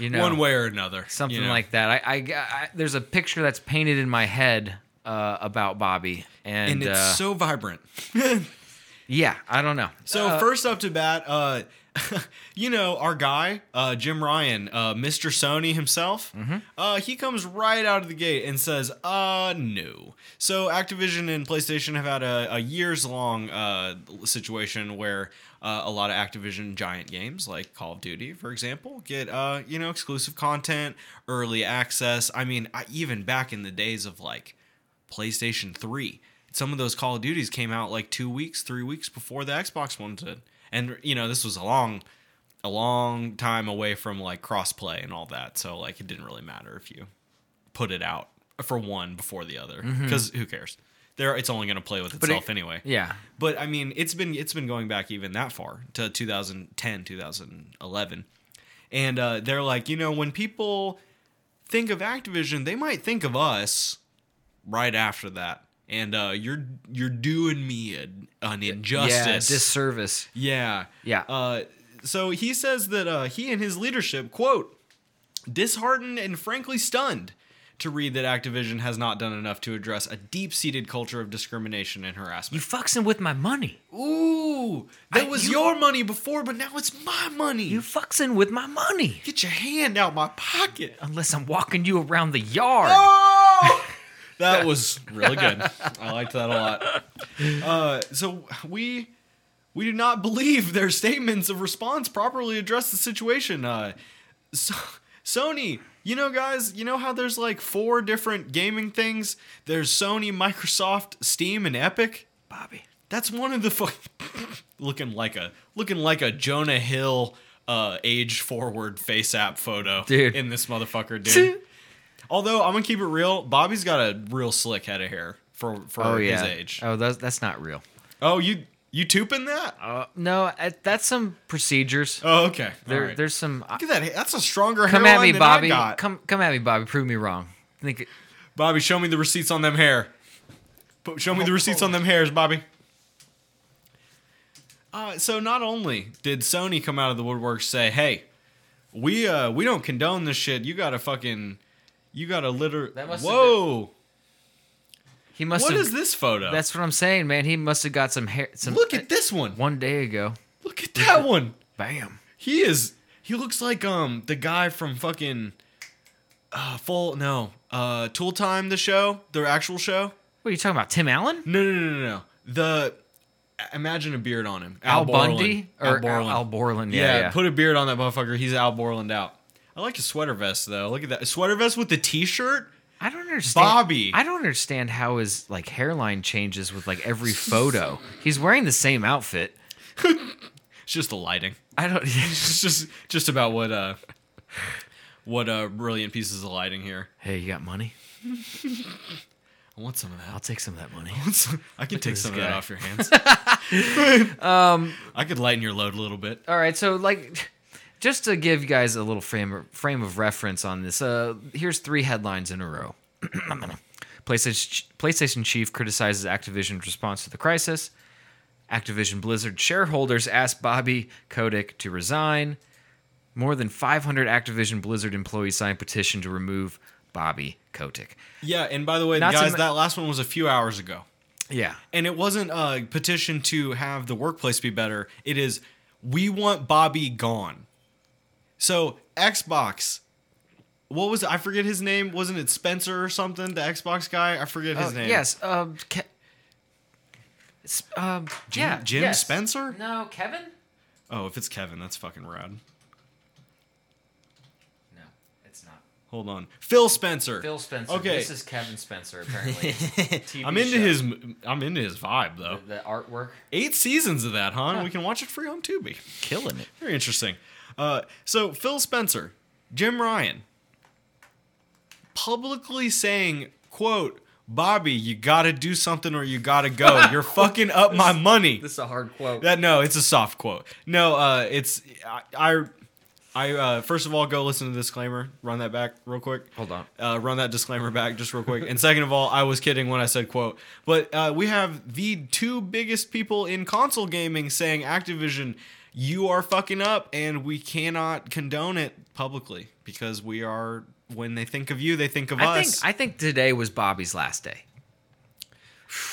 Speaker 3: you know,
Speaker 6: one way or another
Speaker 3: something
Speaker 6: you know.
Speaker 3: like that. I, I, I- there's a picture that's painted in my head uh, about Bobby, and,
Speaker 6: and it's
Speaker 3: uh,
Speaker 6: so vibrant
Speaker 3: yeah, I don't know.
Speaker 6: so first up to bat uh you know our guy uh jim ryan uh mr sony himself uh he comes right out of the gate and says uh no so activision and playstation have had a, a years long uh situation where uh, a lot of activision giant games like call of duty for example get uh you know exclusive content early access i mean I, even back in the days of like PlayStation 3. Some of those Call of Duties came out like two weeks, three weeks before the Xbox one did. And you know, this was a long, a long time away from like crossplay and all that. So like, it didn't really matter if you put it out for one before the other, because who cares? There, it's only going to play with
Speaker 3: it-
Speaker 6: itself anyway.
Speaker 3: yeah,
Speaker 6: But I mean, it's been it's been going back even that far to 2010, 2011, and uh, they're like, you know, when people think of Activision, they might think of us right after that, and uh, you're you're doing me an, an injustice.
Speaker 3: yeah, disservice.
Speaker 6: Yeah.
Speaker 3: Yeah.
Speaker 6: Uh, so he says that uh, he and his leadership, quote, disheartened and frankly stunned to read that Activision has not done enough to address a deep seated culture of discrimination and
Speaker 3: You
Speaker 6: harassment.
Speaker 3: fucking with my money.
Speaker 6: Ooh, that
Speaker 3: I-
Speaker 6: was
Speaker 3: you-
Speaker 6: your money before, but now it's my money.
Speaker 3: You fucking with my money.
Speaker 6: Get your hand out my pocket.
Speaker 3: Unless I'm walking you around the yard.
Speaker 6: Oh! that was really good. I liked that a lot. Uh, so we we do not believe their statements of response properly address the situation. Uh, so, Sony, you know, guys, you know how there's like four different gaming things. There's Sony, Microsoft, Steam, and Epic.
Speaker 3: Bobby.
Speaker 6: That's one of the fucking looking like a looking like a Jonah Hill uh age forward face app photo
Speaker 3: Dude.
Speaker 6: in this motherfucker dude. Although I'm gonna keep it real, Bobby's got a real slick head of hair for for
Speaker 3: Oh
Speaker 6: his
Speaker 3: yeah.
Speaker 6: age.
Speaker 3: Oh, that's that's not real.
Speaker 6: Oh, you you tooping that?
Speaker 3: Uh, no, I, that's some procedures.
Speaker 6: Oh, okay.
Speaker 3: there,
Speaker 6: All right.
Speaker 3: there's some.
Speaker 6: Look at that. ha- That's a stronger
Speaker 3: come
Speaker 6: hairline
Speaker 3: at me,
Speaker 6: than I
Speaker 3: Bobby.
Speaker 6: got.
Speaker 3: Come come at me, Bobby. Prove me wrong. Think it-
Speaker 6: Bobby, show me the receipts on them hair. Po- Show me the receipts on them hairs, Bobby. Uh, so not only did Sony come out of the woodwork say, "Hey, we uh we don't condone this shit. You got to fucking you got to litter
Speaker 3: That must have
Speaker 6: Whoa.
Speaker 3: he must
Speaker 6: What
Speaker 3: have.
Speaker 6: is this photo?
Speaker 3: That's what I'm saying, man. He must have got some hair. Some uh,
Speaker 6: Look at this one.
Speaker 3: one day ago.
Speaker 6: Look at that one.
Speaker 3: Bam.
Speaker 6: He is he looks like um the guy from fucking uh full no, uh Tool Time the show, their actual show.
Speaker 3: What are you talking about, Tim Allen?
Speaker 6: No, no, no, no, no. The imagine a beard on him.
Speaker 3: Al,
Speaker 6: Borland.
Speaker 3: Bundy or Al Borland? Al Borland. Yeah, yeah.
Speaker 6: put a beard on that motherfucker. He's Al Borland out. I like his sweater vest though. Look at that sweater vest with the T-shirt.
Speaker 3: I don't understand.
Speaker 6: Bobby.
Speaker 3: I don't understand how his like hairline changes with like every photo. He's wearing the same outfit.
Speaker 6: It's just the lighting.
Speaker 3: I don't.
Speaker 6: It's just just about what uh what uh brilliant pieces of lighting here.
Speaker 3: hey, you got money?
Speaker 6: I want some of that.
Speaker 3: I'll take some of that money.
Speaker 6: I can take
Speaker 3: this
Speaker 6: some of
Speaker 3: guy.
Speaker 6: that off your hands. um, I could lighten your load a little bit.
Speaker 3: All right, so like, just to give you guys a little frame frame of reference on this, uh, here's three headlines in a row. PlayStation, PlayStation chief criticizes Activision's response to the crisis. Activision Blizzard shareholders asked Bobby Kotick to resign. More than 500 Activision Blizzard employees signed petition to remove Bobby Kotick.
Speaker 6: Yeah, and by the way,
Speaker 3: Not to
Speaker 6: guys,
Speaker 3: ma-
Speaker 6: that last one was a few hours ago.
Speaker 3: Yeah.
Speaker 6: And it wasn't a petition to have the workplace be better. It is we want Bobby gone. So Xbox, what was I forget his name? Wasn't it Spencer or something? The Xbox guy, I forget his
Speaker 3: Uh,
Speaker 6: name.
Speaker 3: Yes. Um, Ke- S- um,
Speaker 6: Jim,
Speaker 3: yeah,
Speaker 6: Jim
Speaker 3: yes.
Speaker 6: Spencer.
Speaker 3: No, Kevin?
Speaker 6: Oh, if it's Kevin, that's fucking rad.
Speaker 3: No, it's not.
Speaker 6: Hold on, Phil Spencer.
Speaker 3: Phil Spencer.
Speaker 6: Okay.
Speaker 3: This is Kevin Spencer, apparently. TV
Speaker 6: I'm into
Speaker 3: show.
Speaker 6: his. I'm into his vibe though.
Speaker 3: The artwork.
Speaker 6: Eight seasons of that, huh? We can watch it free on Tubi.
Speaker 7: Killing it.
Speaker 6: Very interesting. Uh, so Phil Spencer, Jim Ryan, publicly saying, "quote Bobby, you gotta do something or you gotta go. You're fucking up my money."
Speaker 3: This is a hard quote.
Speaker 6: That no, it's a soft quote. No, uh, it's I. I I uh, first of all go listen to the disclaimer. Run that back real quick.
Speaker 3: Hold on.
Speaker 6: Uh, run that disclaimer back just real quick. And second of all, I was kidding when I said quote. But uh, we have the two biggest people in console gaming saying Activision, you are fucking up, and we cannot condone it publicly because we are. When they think of you, they think of
Speaker 3: I
Speaker 6: us.
Speaker 3: think I think today was Bobby's last day.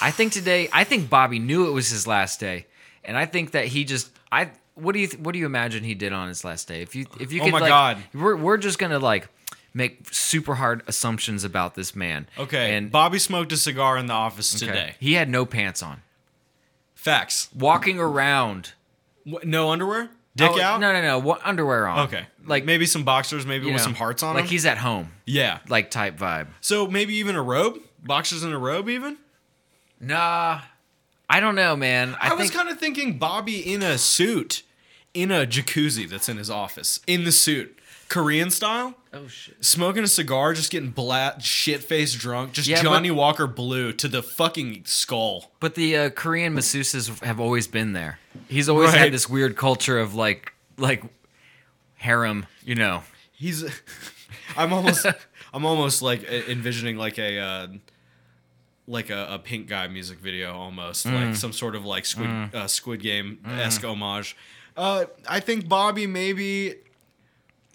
Speaker 3: I think today I think Bobby knew it was his last day, and I think that he just I what do you th- what do you imagine he did on his last day? If you if you
Speaker 6: Oh
Speaker 3: could
Speaker 6: my
Speaker 3: like,
Speaker 6: God.
Speaker 3: we're we're just gonna like make super hard assumptions about this man.
Speaker 6: okay,
Speaker 3: and
Speaker 6: Bobby smoked a cigar in the office
Speaker 3: okay,
Speaker 6: today.
Speaker 3: he had no pants on,
Speaker 6: Facts.
Speaker 3: walking around,
Speaker 6: Wh- No underwear. Dick
Speaker 3: Oh,
Speaker 6: out.
Speaker 3: No, no, no, what underwear on?
Speaker 6: Okay.
Speaker 3: like
Speaker 6: Like maybe some boxers, maybe
Speaker 3: you
Speaker 6: with
Speaker 3: know,
Speaker 6: some hearts on
Speaker 3: like
Speaker 6: them.
Speaker 3: he's at home,
Speaker 6: yeah.
Speaker 3: like type vibe.
Speaker 6: So maybe even a robe? Boxers and a robe even?
Speaker 3: Nah, I don't know, man. I,
Speaker 6: I,
Speaker 3: think,
Speaker 6: was kind of thinking Bobby in a suit in a jacuzzi that's in his office. In the suit. Korean style?
Speaker 3: Oh shit.
Speaker 6: Smoking a cigar, just getting blat shit faced drunk, just
Speaker 3: Yeah, but-
Speaker 6: Johnny Walker blue to the fucking skull.
Speaker 3: But the uh, Korean masseuses have always been there. He's always
Speaker 6: Right.
Speaker 3: had this weird culture of like like harem, you know.
Speaker 6: He's I'm almost I'm almost like e-, envisioning like a uh, like a, a pink guy music video almost
Speaker 3: Mm.
Speaker 6: like some sort of like squid uh, squid game esque homage. Uh, I think Bobby maybe.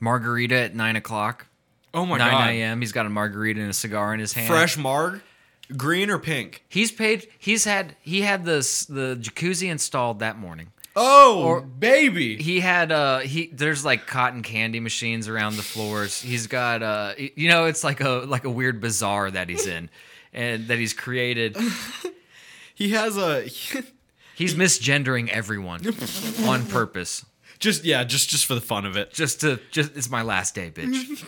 Speaker 3: Margarita at nine o'clock,
Speaker 6: Oh my
Speaker 3: nine
Speaker 6: god!
Speaker 3: a.m. He's got a margarita and a cigar in his hand.
Speaker 6: Fresh marg, green or pink?
Speaker 3: He's paid. He's had. He had this the jacuzzi installed that morning.
Speaker 6: Oh
Speaker 3: Or-
Speaker 6: baby!
Speaker 3: He had. Uh. He there's like cotton candy machines around the floors. He's got. Uh. You know, it's like a like a weird bazaar that he's in, and that he's created.
Speaker 6: He has a
Speaker 3: He's misgendering everyone on purpose.
Speaker 6: just yeah just just for the fun of it.
Speaker 3: just to just it's my last day bitch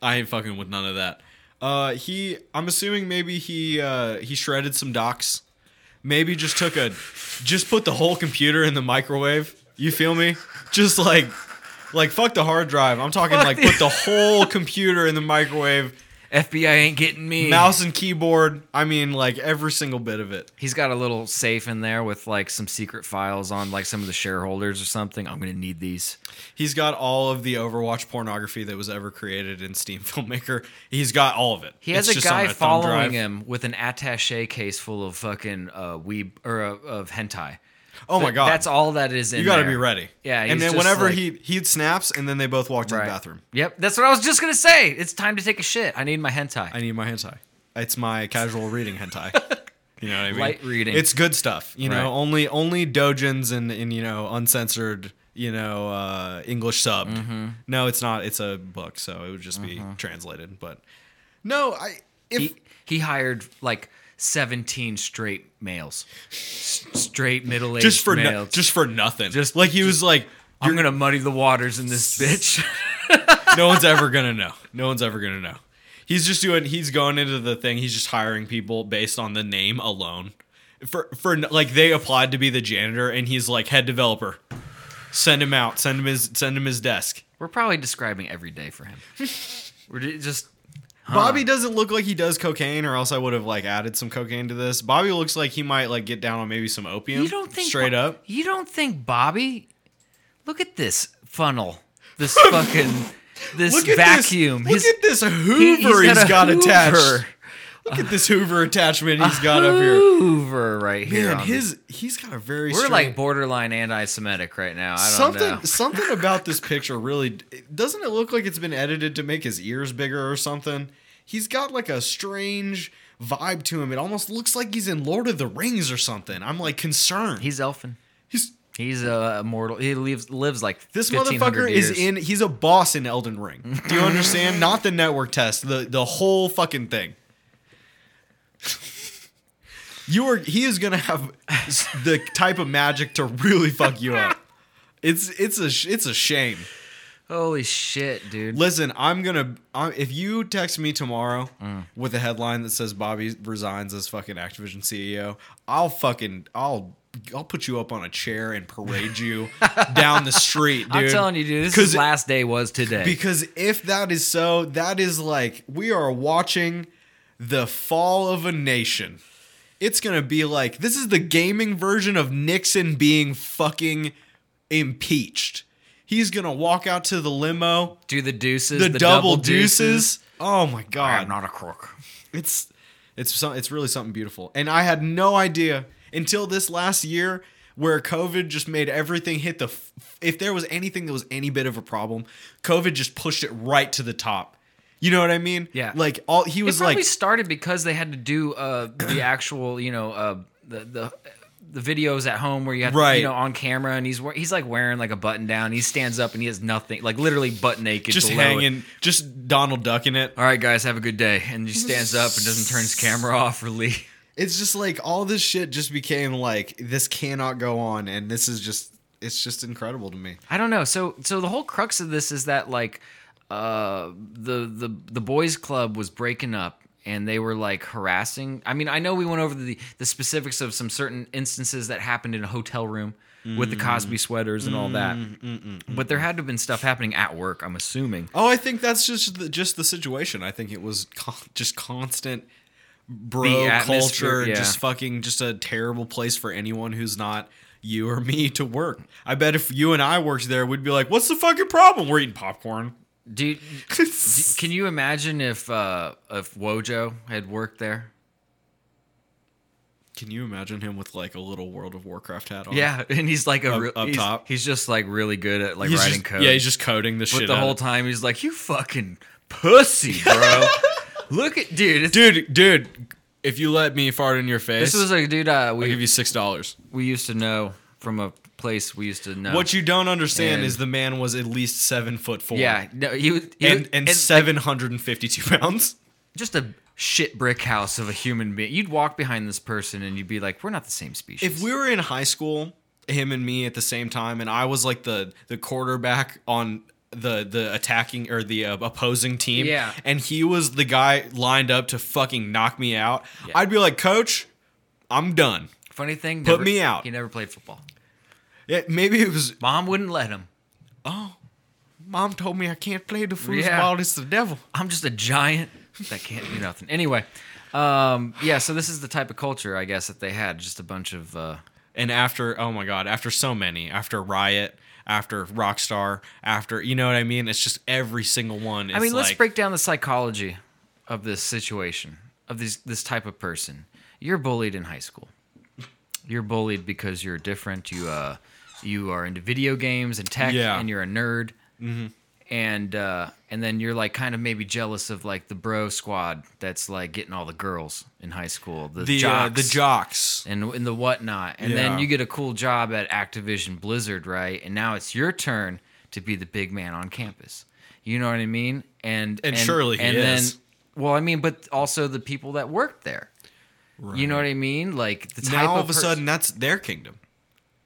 Speaker 6: I ain't fucking with none of that. Uh, he, I'm assuming maybe he uh, he shredded some docs. Maybe just took a, just put the whole computer in the microwave. You feel me? Just like, like fuck the hard drive. I'm talking like put the whole computer in the microwave,
Speaker 3: fbi ain't getting me
Speaker 6: mouse and keyboard. I mean, like every single bit of it.
Speaker 3: he's got a little safe in there with like some secret files on like some of the shareholders or something i'm gonna need these
Speaker 6: He's got all of the Overwatch pornography that was ever created in Steam Filmmaker. He's got all of it.
Speaker 3: he has
Speaker 6: It's
Speaker 3: a
Speaker 6: just on
Speaker 3: guy
Speaker 6: thumb drive.
Speaker 3: following him with an attache case full of fucking uh weeb or uh, of hentai
Speaker 6: Oh my
Speaker 3: Th-
Speaker 6: god,
Speaker 3: that's all that is in
Speaker 6: You got to
Speaker 3: there.
Speaker 6: be ready.
Speaker 3: yeah he's
Speaker 6: And then
Speaker 3: just
Speaker 6: whenever
Speaker 3: like-
Speaker 6: he he snaps, and then they both walk to
Speaker 3: Right.
Speaker 6: the bathroom.
Speaker 3: yep that's what i was just gonna say it's time to take a shit i need my hentai
Speaker 6: I need my hentai. It's my casual reading hentai. You know what I mean?
Speaker 3: Light reading.
Speaker 6: It's good stuff. You
Speaker 3: Right.
Speaker 6: know, only only dojins and and you know uncensored. You know, uh, English subbed.
Speaker 3: Mm-hmm.
Speaker 6: No, it's not. It's a book, so it would just be translated. But no, I if
Speaker 3: he, he hired like 17 straight males S- straight middle-aged
Speaker 6: just for no,
Speaker 3: males
Speaker 6: just for nothing, just like he was like,
Speaker 3: You're gonna muddy the waters in this bitch.
Speaker 6: no one's ever gonna know. No one's ever gonna know. He's just doing. He's going into the thing. He's just hiring people based on the name alone. For for like they applied to be the janitor, and he's like head developer. Send him out. Send him his send him his desk.
Speaker 3: We're probably describing every day for him. We're ju- just
Speaker 6: Bobby
Speaker 3: Uh-huh.
Speaker 6: doesn't look like he does cocaine, or else I would have like added some cocaine to this. Bobby looks like he might like get down on maybe some opium.
Speaker 3: you don't think
Speaker 6: straight up.
Speaker 3: You don't think Bobby? Look at this funnel. This fucking this
Speaker 6: Look at
Speaker 3: vacuum. He's-
Speaker 6: This, look at this Hoover
Speaker 3: he-
Speaker 6: he's got,
Speaker 3: Hoover.
Speaker 6: attached. Look at this Hoover attachment he's got up here.
Speaker 3: Hoover right here.
Speaker 6: Man,
Speaker 3: on
Speaker 6: his he's got a very.
Speaker 3: this- We're like borderline anti-Semitic right now. I don't
Speaker 6: something
Speaker 3: know.
Speaker 6: something about this picture really doesn't it look like it's been edited to make his ears bigger or something he's got like a strange vibe to him it almost looks like he's in lord of the rings or something i'm like concerned
Speaker 3: He's elfin.
Speaker 6: he's
Speaker 3: He's uh, immortal. He lives lives like
Speaker 6: this
Speaker 3: 1500
Speaker 6: motherfucker is
Speaker 3: years.
Speaker 6: in he's a boss in elden ring do you understand not the network test the the whole fucking thing you are he is gonna have s- the type of magic to really fuck you up it's it's a sh- it's a shame
Speaker 3: Holy shit, dude!
Speaker 6: Listen, I'm gonna. I, if you text me tomorrow
Speaker 3: Mm.
Speaker 6: with a headline that says Bobby resigns as fucking Activision CEO, I'll fucking I'll I'll put you up on a chair and parade you down the street, dude.
Speaker 3: I'm telling you, dude. This
Speaker 6: 'Cause-
Speaker 3: his last day was today.
Speaker 6: Because if that is so, that is like we are watching the fall of a nation. It's gonna be like this is the gaming version of Nixon being fucking impeached. He's gonna walk out to the limo
Speaker 3: Do the deuces,
Speaker 6: the, double, deuces.
Speaker 3: deuces.
Speaker 6: Oh my god,
Speaker 3: not a crook.
Speaker 6: it's it's some, it's really something beautiful. And I had no idea until this last year where COVID just made everything hit the. F- if there was anything that was any bit of a problem, COVID just pushed it right to the top. You know what I mean?
Speaker 3: Yeah.
Speaker 6: Like all he
Speaker 3: It
Speaker 6: was
Speaker 3: probably
Speaker 6: like
Speaker 3: started because they had to do uh, the actual, you know, uh, the the. The videos at home where you have, to,
Speaker 6: Right.
Speaker 3: you know, on camera, and he's wear- he's like wearing like a button down. He stands up and he has nothing, like literally butt naked,
Speaker 6: just
Speaker 3: below it.
Speaker 6: hanging, just Donald ducking it.
Speaker 3: All right, guys, have a good day. And he stands up and doesn't turn his camera off or leave.
Speaker 6: It's just like all this shit just became like this cannot go on, and this is just it's just incredible to me.
Speaker 3: I don't know. So so the whole crux of this is that like uh the the the boys club was breaking up and they were like harassing. I mean, I know we went over the the specifics of some certain instances that happened in a hotel room with the Cosby sweaters and all that. But there had to have been stuff happening at work, I'm assuming.
Speaker 6: Oh, I think that's just the, just the situation. I think it was con- just constant
Speaker 3: The
Speaker 6: bro
Speaker 3: atmosphere,
Speaker 6: culture,
Speaker 3: yeah.
Speaker 6: just fucking just a terrible place for anyone who's not you or me to work. I bet if you and I worked there, we'd be like, "What's the fucking problem? We're eating popcorn."
Speaker 3: Do, you- do can you imagine if uh if Wojo had worked there?
Speaker 6: Can you imagine him with like a little World of Warcraft hat on?
Speaker 3: Yeah, and he's like a
Speaker 6: Up-
Speaker 3: real
Speaker 6: up
Speaker 3: he's,
Speaker 6: top.
Speaker 3: he's just like really good at like
Speaker 6: he's
Speaker 3: writing
Speaker 6: just,
Speaker 3: code.
Speaker 6: Yeah, he's just coding the
Speaker 3: But
Speaker 6: shit.
Speaker 3: the
Speaker 6: out
Speaker 3: whole
Speaker 6: of-
Speaker 3: time he's like, "You fucking pussy, bro." Look at dude. It's,
Speaker 6: dude, dude, if you let me fart in your face,
Speaker 3: This was a dude uh,
Speaker 6: I'll give
Speaker 3: we
Speaker 6: you six dollars.
Speaker 3: we used to know from a place we used to know.
Speaker 6: What you don't understand
Speaker 3: And-
Speaker 6: is the man was at least seven foot four.
Speaker 3: Yeah, no, he was he was-
Speaker 6: and and seven hundred and fifty two pounds.
Speaker 3: just a shit brick house of a human being. You'd walk behind this person and you'd be like, "We're not the same species."
Speaker 6: if we were in high school, him and me at the same time, and I was like the the quarterback on the the attacking or the uh, opposing team,
Speaker 3: Yeah.
Speaker 6: and he was the guy lined up to fucking knock me out, I'd be like, Coach, I'm done.
Speaker 3: funny thing,
Speaker 6: Put
Speaker 3: never-
Speaker 6: me out.
Speaker 3: He never played football.
Speaker 6: Yeah, maybe it was
Speaker 3: Mom wouldn't let him.
Speaker 6: mom told me I can't play the foosball.
Speaker 3: Yeah.
Speaker 6: It's the devil.
Speaker 3: I'm just a giant that can't do nothing. Anyway, um, yeah. So this is the type of culture I guess that they had. Just a bunch of. Uh,
Speaker 6: And after, oh my god, after so many, after Riot. After Rockstar, after you know what I mean, it's just every single one. Is
Speaker 3: I mean, let's
Speaker 6: like-
Speaker 3: break down the psychology of this situation, of this this type of person. You're bullied in high school. You're bullied because you're different. You uh, you are into video games and tech,
Speaker 6: Yeah.
Speaker 3: and you're a nerd. Mm-hmm. And uh, and then you're like kind of maybe jealous of like the bro squad that's like getting all the girls in high school, the,
Speaker 6: the uh,
Speaker 3: jocks,
Speaker 6: the jocks.
Speaker 3: and and the whatnot. And then
Speaker 6: Yeah.
Speaker 3: you get a cool job at Activision Blizzard, right? And now it's your turn to be the big man on campus. You know what I mean? And
Speaker 6: And surely he is.
Speaker 3: then well, I mean, but also the people that worked there. You know what I mean? Like the type
Speaker 6: now all of a
Speaker 3: pers-
Speaker 6: sudden that's their kingdom.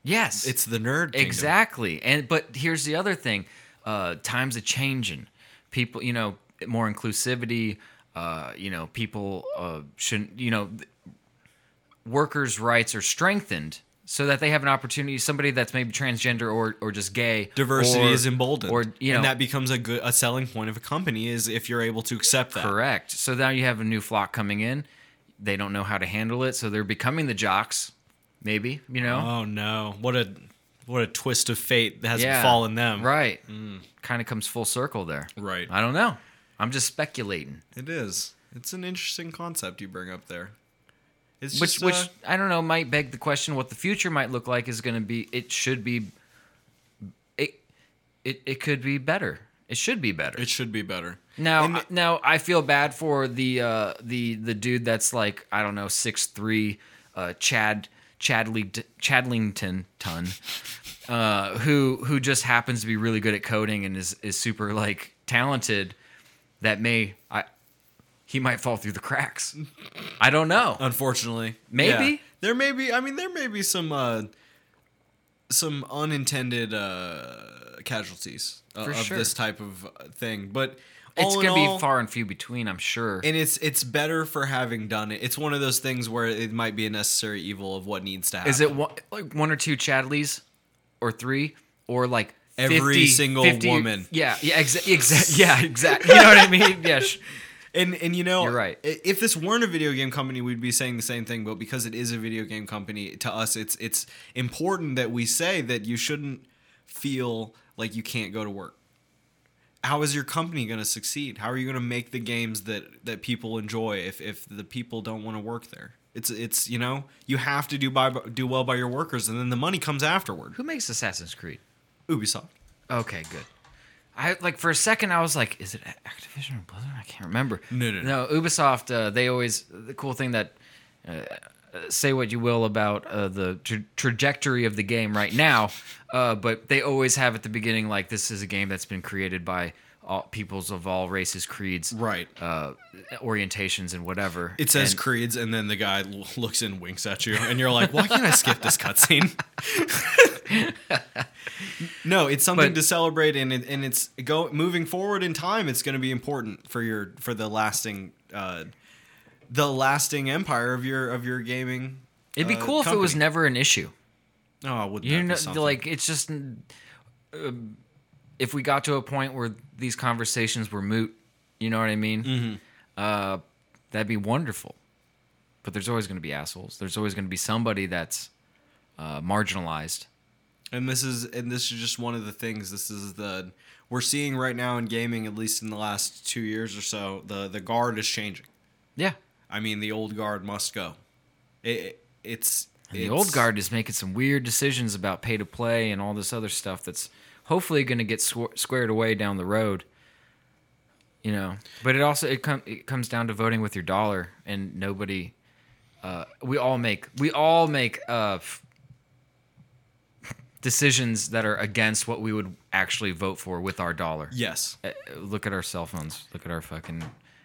Speaker 3: yes,
Speaker 6: It's the nerd kingdom.
Speaker 3: Exactly. And but here's the other thing: uh, times are changing. People, you know, more inclusivity. Uh, you know, people uh, shouldn't. You know, th- workers' rights are strengthened so that they have an opportunity. Somebody that's maybe transgender or or just gay.
Speaker 6: Diversity
Speaker 3: or-
Speaker 6: is emboldened,
Speaker 3: Or you know,
Speaker 6: and that becomes a good a selling point of a company is if you're able to accept that.
Speaker 3: Correct. So now you have a new flock coming in. They don't know how to handle it, so they're becoming the jocks. Maybe you know.
Speaker 6: Oh no! What a what a twist of fate that has
Speaker 3: Yeah.
Speaker 6: befallen them.
Speaker 3: Right. Kind of comes full circle there.
Speaker 6: mm. Right.
Speaker 3: I don't know. I'm just speculating.
Speaker 6: It is. It's an interesting concept you bring up there. It's
Speaker 3: which
Speaker 6: just,
Speaker 3: which
Speaker 6: uh,
Speaker 3: I don't know might beg the question what the future might look like is going to be it should be it it it could be better. It should be better.
Speaker 6: it should be better.
Speaker 3: Now,
Speaker 6: And-
Speaker 3: now I feel bad for the uh, the the dude that's like I don't know six three, uh, Chad Chadley Chadlington ton, uh, who who just happens to be really good at coding and is is super like talented. That may I he might fall through the cracks. I don't know.
Speaker 6: Unfortunately,
Speaker 3: Maybe.
Speaker 6: Yeah. there may be. I mean, there may be some uh, some unintended uh, casualties uh,
Speaker 3: For
Speaker 6: of
Speaker 3: sure.
Speaker 6: this type of uh, thing, but
Speaker 3: It's
Speaker 6: all in
Speaker 3: gonna be
Speaker 6: all-
Speaker 3: far and few between. I'm sure.
Speaker 6: And it's it's better for having done it. It's one of those things where it might be a necessary evil of what needs to happen.
Speaker 3: Is it one, like one or two Chadleys, or three, or like
Speaker 6: Every
Speaker 3: 50
Speaker 6: single
Speaker 3: 50
Speaker 6: woman.
Speaker 3: Yeah, yeah, exactly. Exa- yeah, exactly. You know what I mean? Yeah, sh-
Speaker 6: And and you know,
Speaker 3: You're right.
Speaker 6: i- If this weren't a video game company, we'd be saying the same thing. But because it is a video game company, to us, it's it's important that we say that you shouldn't feel like you can't go to work. How is your company going to succeed? How are you going to make the games that that people enjoy if if the people don't want to work there? It's it's you know you have to do by do well by your workers, and then the money comes afterward.
Speaker 3: who makes Assassin's Creed?
Speaker 6: Ubisoft.
Speaker 3: Okay, good. I like for a second I was like, is it Activision or Blizzard? I can't remember.
Speaker 6: No, no, no.
Speaker 3: Ubisoft. Uh, they always the cool thing that. Uh, uh, say what you will about uh, the tra- trajectory of the game right now, uh, but they always have at the beginning like this is a game that's been created by all peoples of all races, creeds,
Speaker 6: Right.
Speaker 3: uh, orientations, and whatever.
Speaker 6: It says
Speaker 3: And-
Speaker 6: creeds, and then the guy l- looks and winks at you, and you're like, "Why can't I skip this cutscene?" no, it's something
Speaker 3: But-
Speaker 6: to celebrate, and it, and it's go moving forward in time. It's going to be important for your for the lasting uh, the lasting empire of your of your gaming.
Speaker 3: it'd be
Speaker 6: uh,
Speaker 3: cool if it was
Speaker 6: company.
Speaker 3: never an issue.
Speaker 6: Oh, would
Speaker 3: You
Speaker 6: that be
Speaker 3: know,
Speaker 6: something?
Speaker 3: like it's just um, if we got to a point where these conversations were moot, you know what I mean?
Speaker 6: Mm-hmm.
Speaker 3: Uh, that'd be wonderful. But there's always going to be assholes. There's always going to be somebody that's uh, marginalized.
Speaker 6: And this is and this is just one of the things. This is the we're seeing right now in gaming, at least in the last two years or so. The the guard is changing.
Speaker 3: Yeah,
Speaker 6: I mean, the old guard must go. It, it- it's
Speaker 3: and the
Speaker 6: it's-
Speaker 3: old guard is making some weird decisions about pay to play and all this other stuff that's hopefully going to get sw- squared away down the road. You know, but it also it, com- it comes down to voting with your dollar, and nobody. Uh, we all make we all make uh, f- decisions that are against what we would actually vote for with our dollar.
Speaker 6: Yes,
Speaker 3: Uh, look at our cell phones. Look at our fucking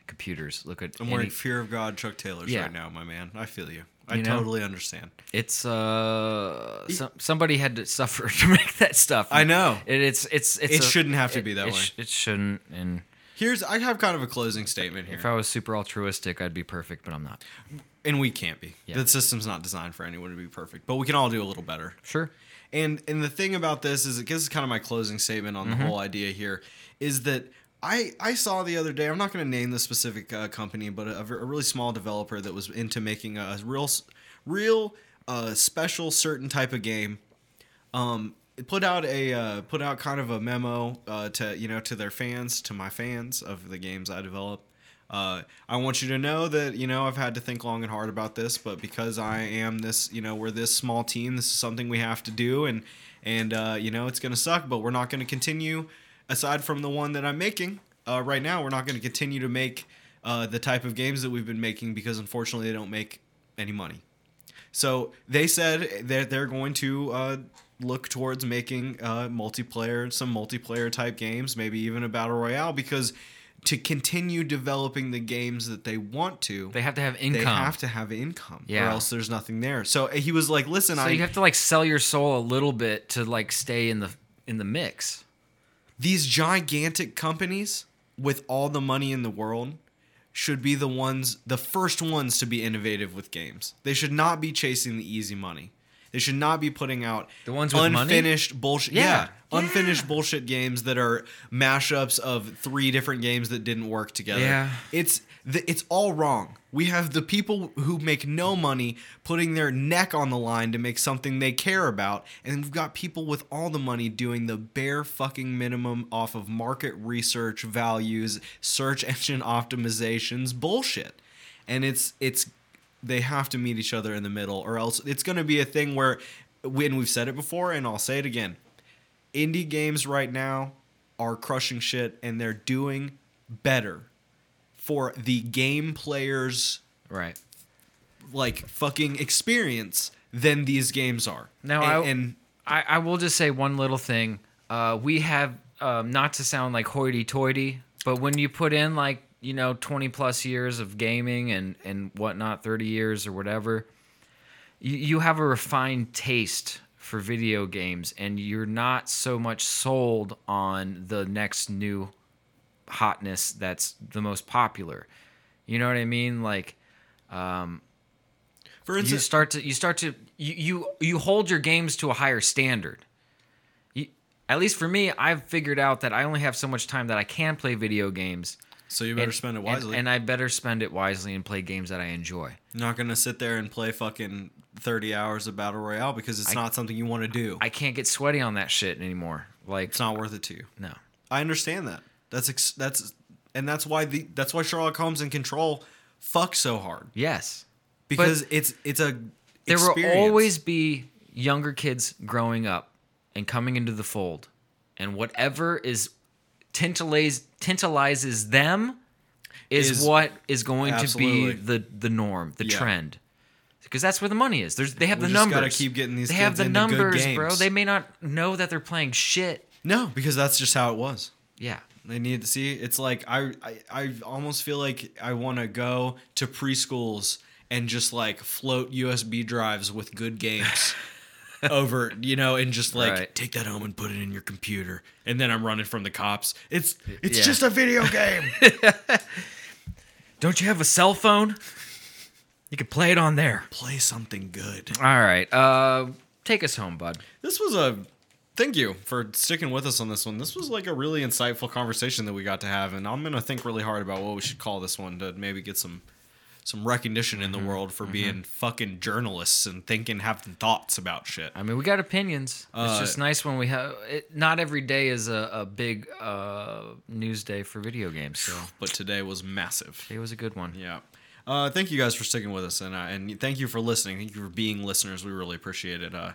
Speaker 3: computers. Look at
Speaker 6: I'm wearing
Speaker 3: any-
Speaker 6: Fear of God Chuck Taylor's
Speaker 3: Yeah.
Speaker 6: right now, my man. I feel you. I
Speaker 3: You know?
Speaker 6: totally understand.
Speaker 3: It's uh, some, somebody had to suffer to make that stuff.
Speaker 6: I know.
Speaker 3: It, it's it's, it's
Speaker 6: It shouldn't have to be that
Speaker 3: it sh- it shouldn't. And
Speaker 6: Here's I have kind of a closing statement here,
Speaker 3: if I was super altruistic, I'd be perfect, but I'm not.
Speaker 6: and we can't be.
Speaker 3: Yeah.
Speaker 6: The system's not designed for anyone to be perfect, but we can all do a little better.
Speaker 3: Sure.
Speaker 6: And and the thing about this is, it gives kind of my closing statement on the whole idea here is that I I saw the other day. I'm not going to name the specific uh, company, but a, a really small developer that was into making a real s- real uh, special certain type of game. Um, it put out a uh, put out kind of a memo uh, to you know to their fans, to my fans of the games I develop. Uh, I want you to know that you know I've had to think long and hard about this, but because I am this, you know, we're this small team. This is something we have to do, and and uh, you know it's gonna suck, but we're not gonna continue. Aside from the one that I'm making uh, right now, we're not gonna continue to make uh, the type of games that we've been making because unfortunately they don't make any money. So they said that they're going to uh, look towards making uh, multiplayer, some multiplayer type games, maybe even a battle royale, because to continue developing the games that they want to,
Speaker 3: They have to have
Speaker 6: they
Speaker 3: income.
Speaker 6: have to have income, or
Speaker 3: Yeah.
Speaker 6: else there's nothing there. So he was like, "Listen,
Speaker 3: so
Speaker 6: I
Speaker 3: you have to like sell your soul a little bit to like stay in the in the mix.
Speaker 6: these gigantic companies with all the money in the world." Should be the ones, the first ones to be innovative with games. They should not be chasing the easy money. They should not be putting out
Speaker 3: The ones with money?
Speaker 6: unfinished bullshit.
Speaker 3: Yeah.
Speaker 6: Yeah.
Speaker 3: Yeah.
Speaker 6: unfinished bullshit games that are mashups of three different games that didn't work together.
Speaker 3: Yeah.
Speaker 6: it's th- it's all wrong. We have the people who make no money putting their neck on the line to make something they care about, and we've got people with all the money doing the bare fucking minimum off of market research values, search engine optimizations, bullshit. And it's it's they have to meet each other in the middle, or else it's going to be a thing where, when we've said it before, and I'll say it again, indie games right now are crushing shit, and they're doing better for the game players
Speaker 3: Right.
Speaker 6: like fucking experience than these games are.
Speaker 3: Now,
Speaker 6: and,
Speaker 3: I,
Speaker 6: and
Speaker 3: I, I will just say one little thing. Uh, we have um, not to sound like hoity-toity, but when you put in like you know twenty plus years of gaming and and whatnot, thirty years or whatever, you, you have a refined taste for video games, and you're not so much sold on the next new hotness that's the most popular. You know what I mean? Like.
Speaker 6: for
Speaker 3: you
Speaker 6: instance,
Speaker 3: start to you start to you you, you hold your games to a higher standard you, at least for me i've figured out that i only have so much time that i can play video games
Speaker 6: so you better
Speaker 3: and-
Speaker 6: spend it
Speaker 3: and-
Speaker 6: wisely.
Speaker 3: and, i better spend it wisely and play games that i enjoy
Speaker 6: You're not gonna sit there and play fucking thirty hours of battle royale because it's not something you want to do.
Speaker 3: i can't get sweaty on that shit anymore like
Speaker 6: it's not worth it to you.
Speaker 3: no
Speaker 6: I understand that. That's ex- that's and that's why the that's why Sherlock Holmes and Control fuck so hard
Speaker 3: yes
Speaker 6: because it's it's a
Speaker 3: there
Speaker 6: experience.
Speaker 3: will always be younger kids growing up and coming into the fold and whatever is tantalize, tantalizes them is,
Speaker 6: Is-
Speaker 3: what is going
Speaker 6: absolutely.
Speaker 3: to be the the norm the
Speaker 6: Yeah.
Speaker 3: trend because that's where the money is There's, they have
Speaker 6: We
Speaker 3: the
Speaker 6: just
Speaker 3: numbers
Speaker 6: gotta keep getting these
Speaker 3: they have
Speaker 6: kids
Speaker 3: the
Speaker 6: into good
Speaker 3: numbers bro
Speaker 6: games.
Speaker 3: they may not know that they're playing shit
Speaker 6: no because that's just how it was.
Speaker 3: yeah
Speaker 6: They need to see. It's like I, I, I almost feel like I want to go to preschools and just like float USB drives with good games over, you know, and just like
Speaker 3: Right.
Speaker 6: take that home and put it in your computer. And then I'm running from the cops. It's it's
Speaker 3: Yeah.
Speaker 6: just a video game.
Speaker 3: don't you have a cell phone you could play it on there
Speaker 6: Play something good.
Speaker 3: all right uh take us home bud
Speaker 6: This was a thank you for sticking with us on this one. This was like a really insightful conversation that we got to have, and I'm gonna think really hard about what we should call this one to maybe get some some recognition in the world for being fucking journalists and thinking, having thoughts about shit.
Speaker 3: I mean, we got opinions. it's just nice when we have. It, not every day is a, a big uh, news day for video games. So
Speaker 6: But today was massive.
Speaker 3: it was a good one.
Speaker 6: Yeah. Uh, thank you guys for sticking with us, and uh, and thank you for listening. Thank you for being listeners. We really appreciate it. Uh,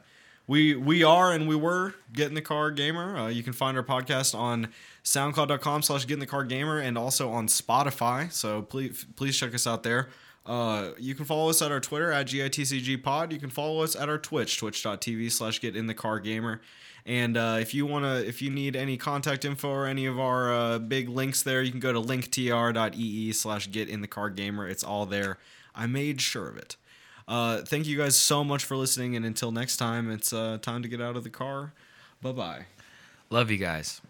Speaker 6: we we are and we were Get in the Car Gamer. Uh, you can find our podcast on SoundCloud.com slash Get in the Car Gamer and also on Spotify. So please please check us out there. Uh, you can follow us at our Twitter at GITCG Pod. You can follow us at our Twitch, twitch.tv slash get in the car gamer. And uh, if you wanna if you need any contact info or any of our uh, big links there, you can go to linktr.ee slash get in the car gamer. It's all there. I made sure of it. Uh, thank you guys so much for listening, and until next time, it's uh, time to get out of the car. Bye bye.
Speaker 3: Love you guys.